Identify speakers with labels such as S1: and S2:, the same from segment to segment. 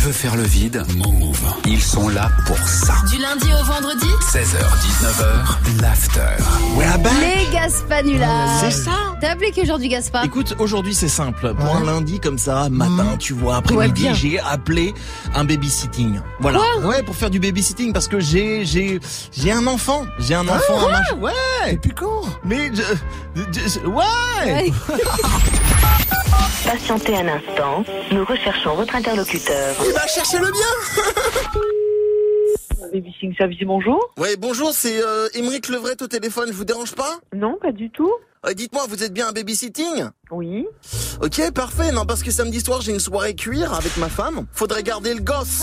S1: veux faire le vide, move. Ils sont là pour ça.
S2: Du lundi au vendredi
S1: 16h-19h, l'after.
S3: ah bah,
S4: Les Gaspanulas.
S3: C'est ça.
S4: T'as appelé qui aujourd'hui, Gaspar
S3: Écoute, aujourd'hui c'est simple. Pour un lundi comme ça, matin, tu vois, après-midi,
S4: bien.
S3: j'ai appelé un babysitting. Voilà. ouais, pour faire du babysitting parce que j'ai j'ai j'ai un enfant, j'ai un enfant à ma- Ouais.
S5: Depuis quand
S3: Mais je, je- je- ouais.
S4: Ouais.
S6: Patientez un instant, nous recherchons votre interlocuteur.
S3: Eh
S5: Il
S3: bah,
S5: va chercher le bien
S7: Babysing Service, bonjour.
S5: Ouais, bonjour, c'est euh, Émeric Levret au téléphone, je vous dérange pas
S7: Non, pas du tout.
S5: Euh, Dites-moi, vous êtes bien un babysitting
S7: Oui.
S5: Ok, parfait, non, parce que samedi soir, j'ai une soirée cuir avec ma femme. Faudrait garder le gosse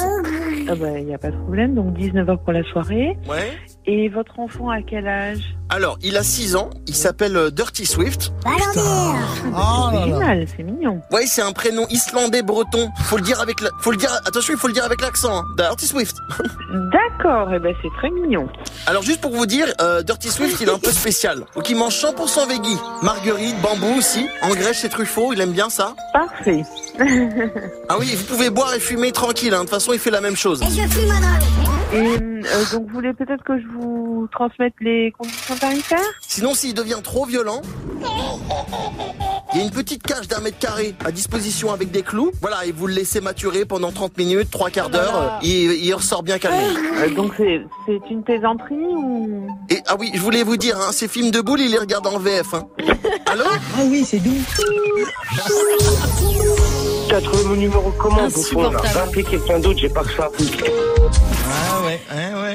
S7: Ah bah, il n'y a pas de problème. Donc, 19h pour la soirée.
S5: Ouais
S7: Et votre enfant, à quel âge
S5: Alors, il a 6 ans, il s'appelle euh, Dirty Swift.
S7: C'est original, c'est mignon.
S5: Ouais, c'est un prénom islandais breton. Faut le dire avec la... Faut le dire... Attention, il faut le dire avec l'accent. hein. Dirty Swift.
S7: D'accord, et ben c'est très mignon.
S5: Alors juste pour vous dire, euh, Dirty Swift il est un peu spécial. Donc il mange 100% veggie. Marguerite, bambou aussi. Engraisse et truffaux, il aime bien ça.
S7: Parfait.
S5: Ah oui, vous pouvez boire et fumer tranquille, hein. de toute façon il fait la même chose.
S7: Et euh, donc, vous voulez peut-être que je vous transmette les conditions tarifaires
S5: Sinon s'il devient trop violent... Il y a une petite cage d'un mètre carré à disposition avec des clous. Voilà, et vous le laissez maturer pendant 30 minutes, trois quarts d'heure. euh, Il, il ressort bien calmé.
S7: Euh, Donc, c'est c'est une plaisanterie ou
S5: Et ah oui, je voulais vous dire, hein, ces films de boules, il les regarde en VF. Hein. Allô
S8: T'as trouvé mon numéro comment, bouffon là
S4: Insupportable.
S8: Va appeler quelqu'un d'autre, j'ai pas que ça.
S3: Ah ouais, ouais, ouais.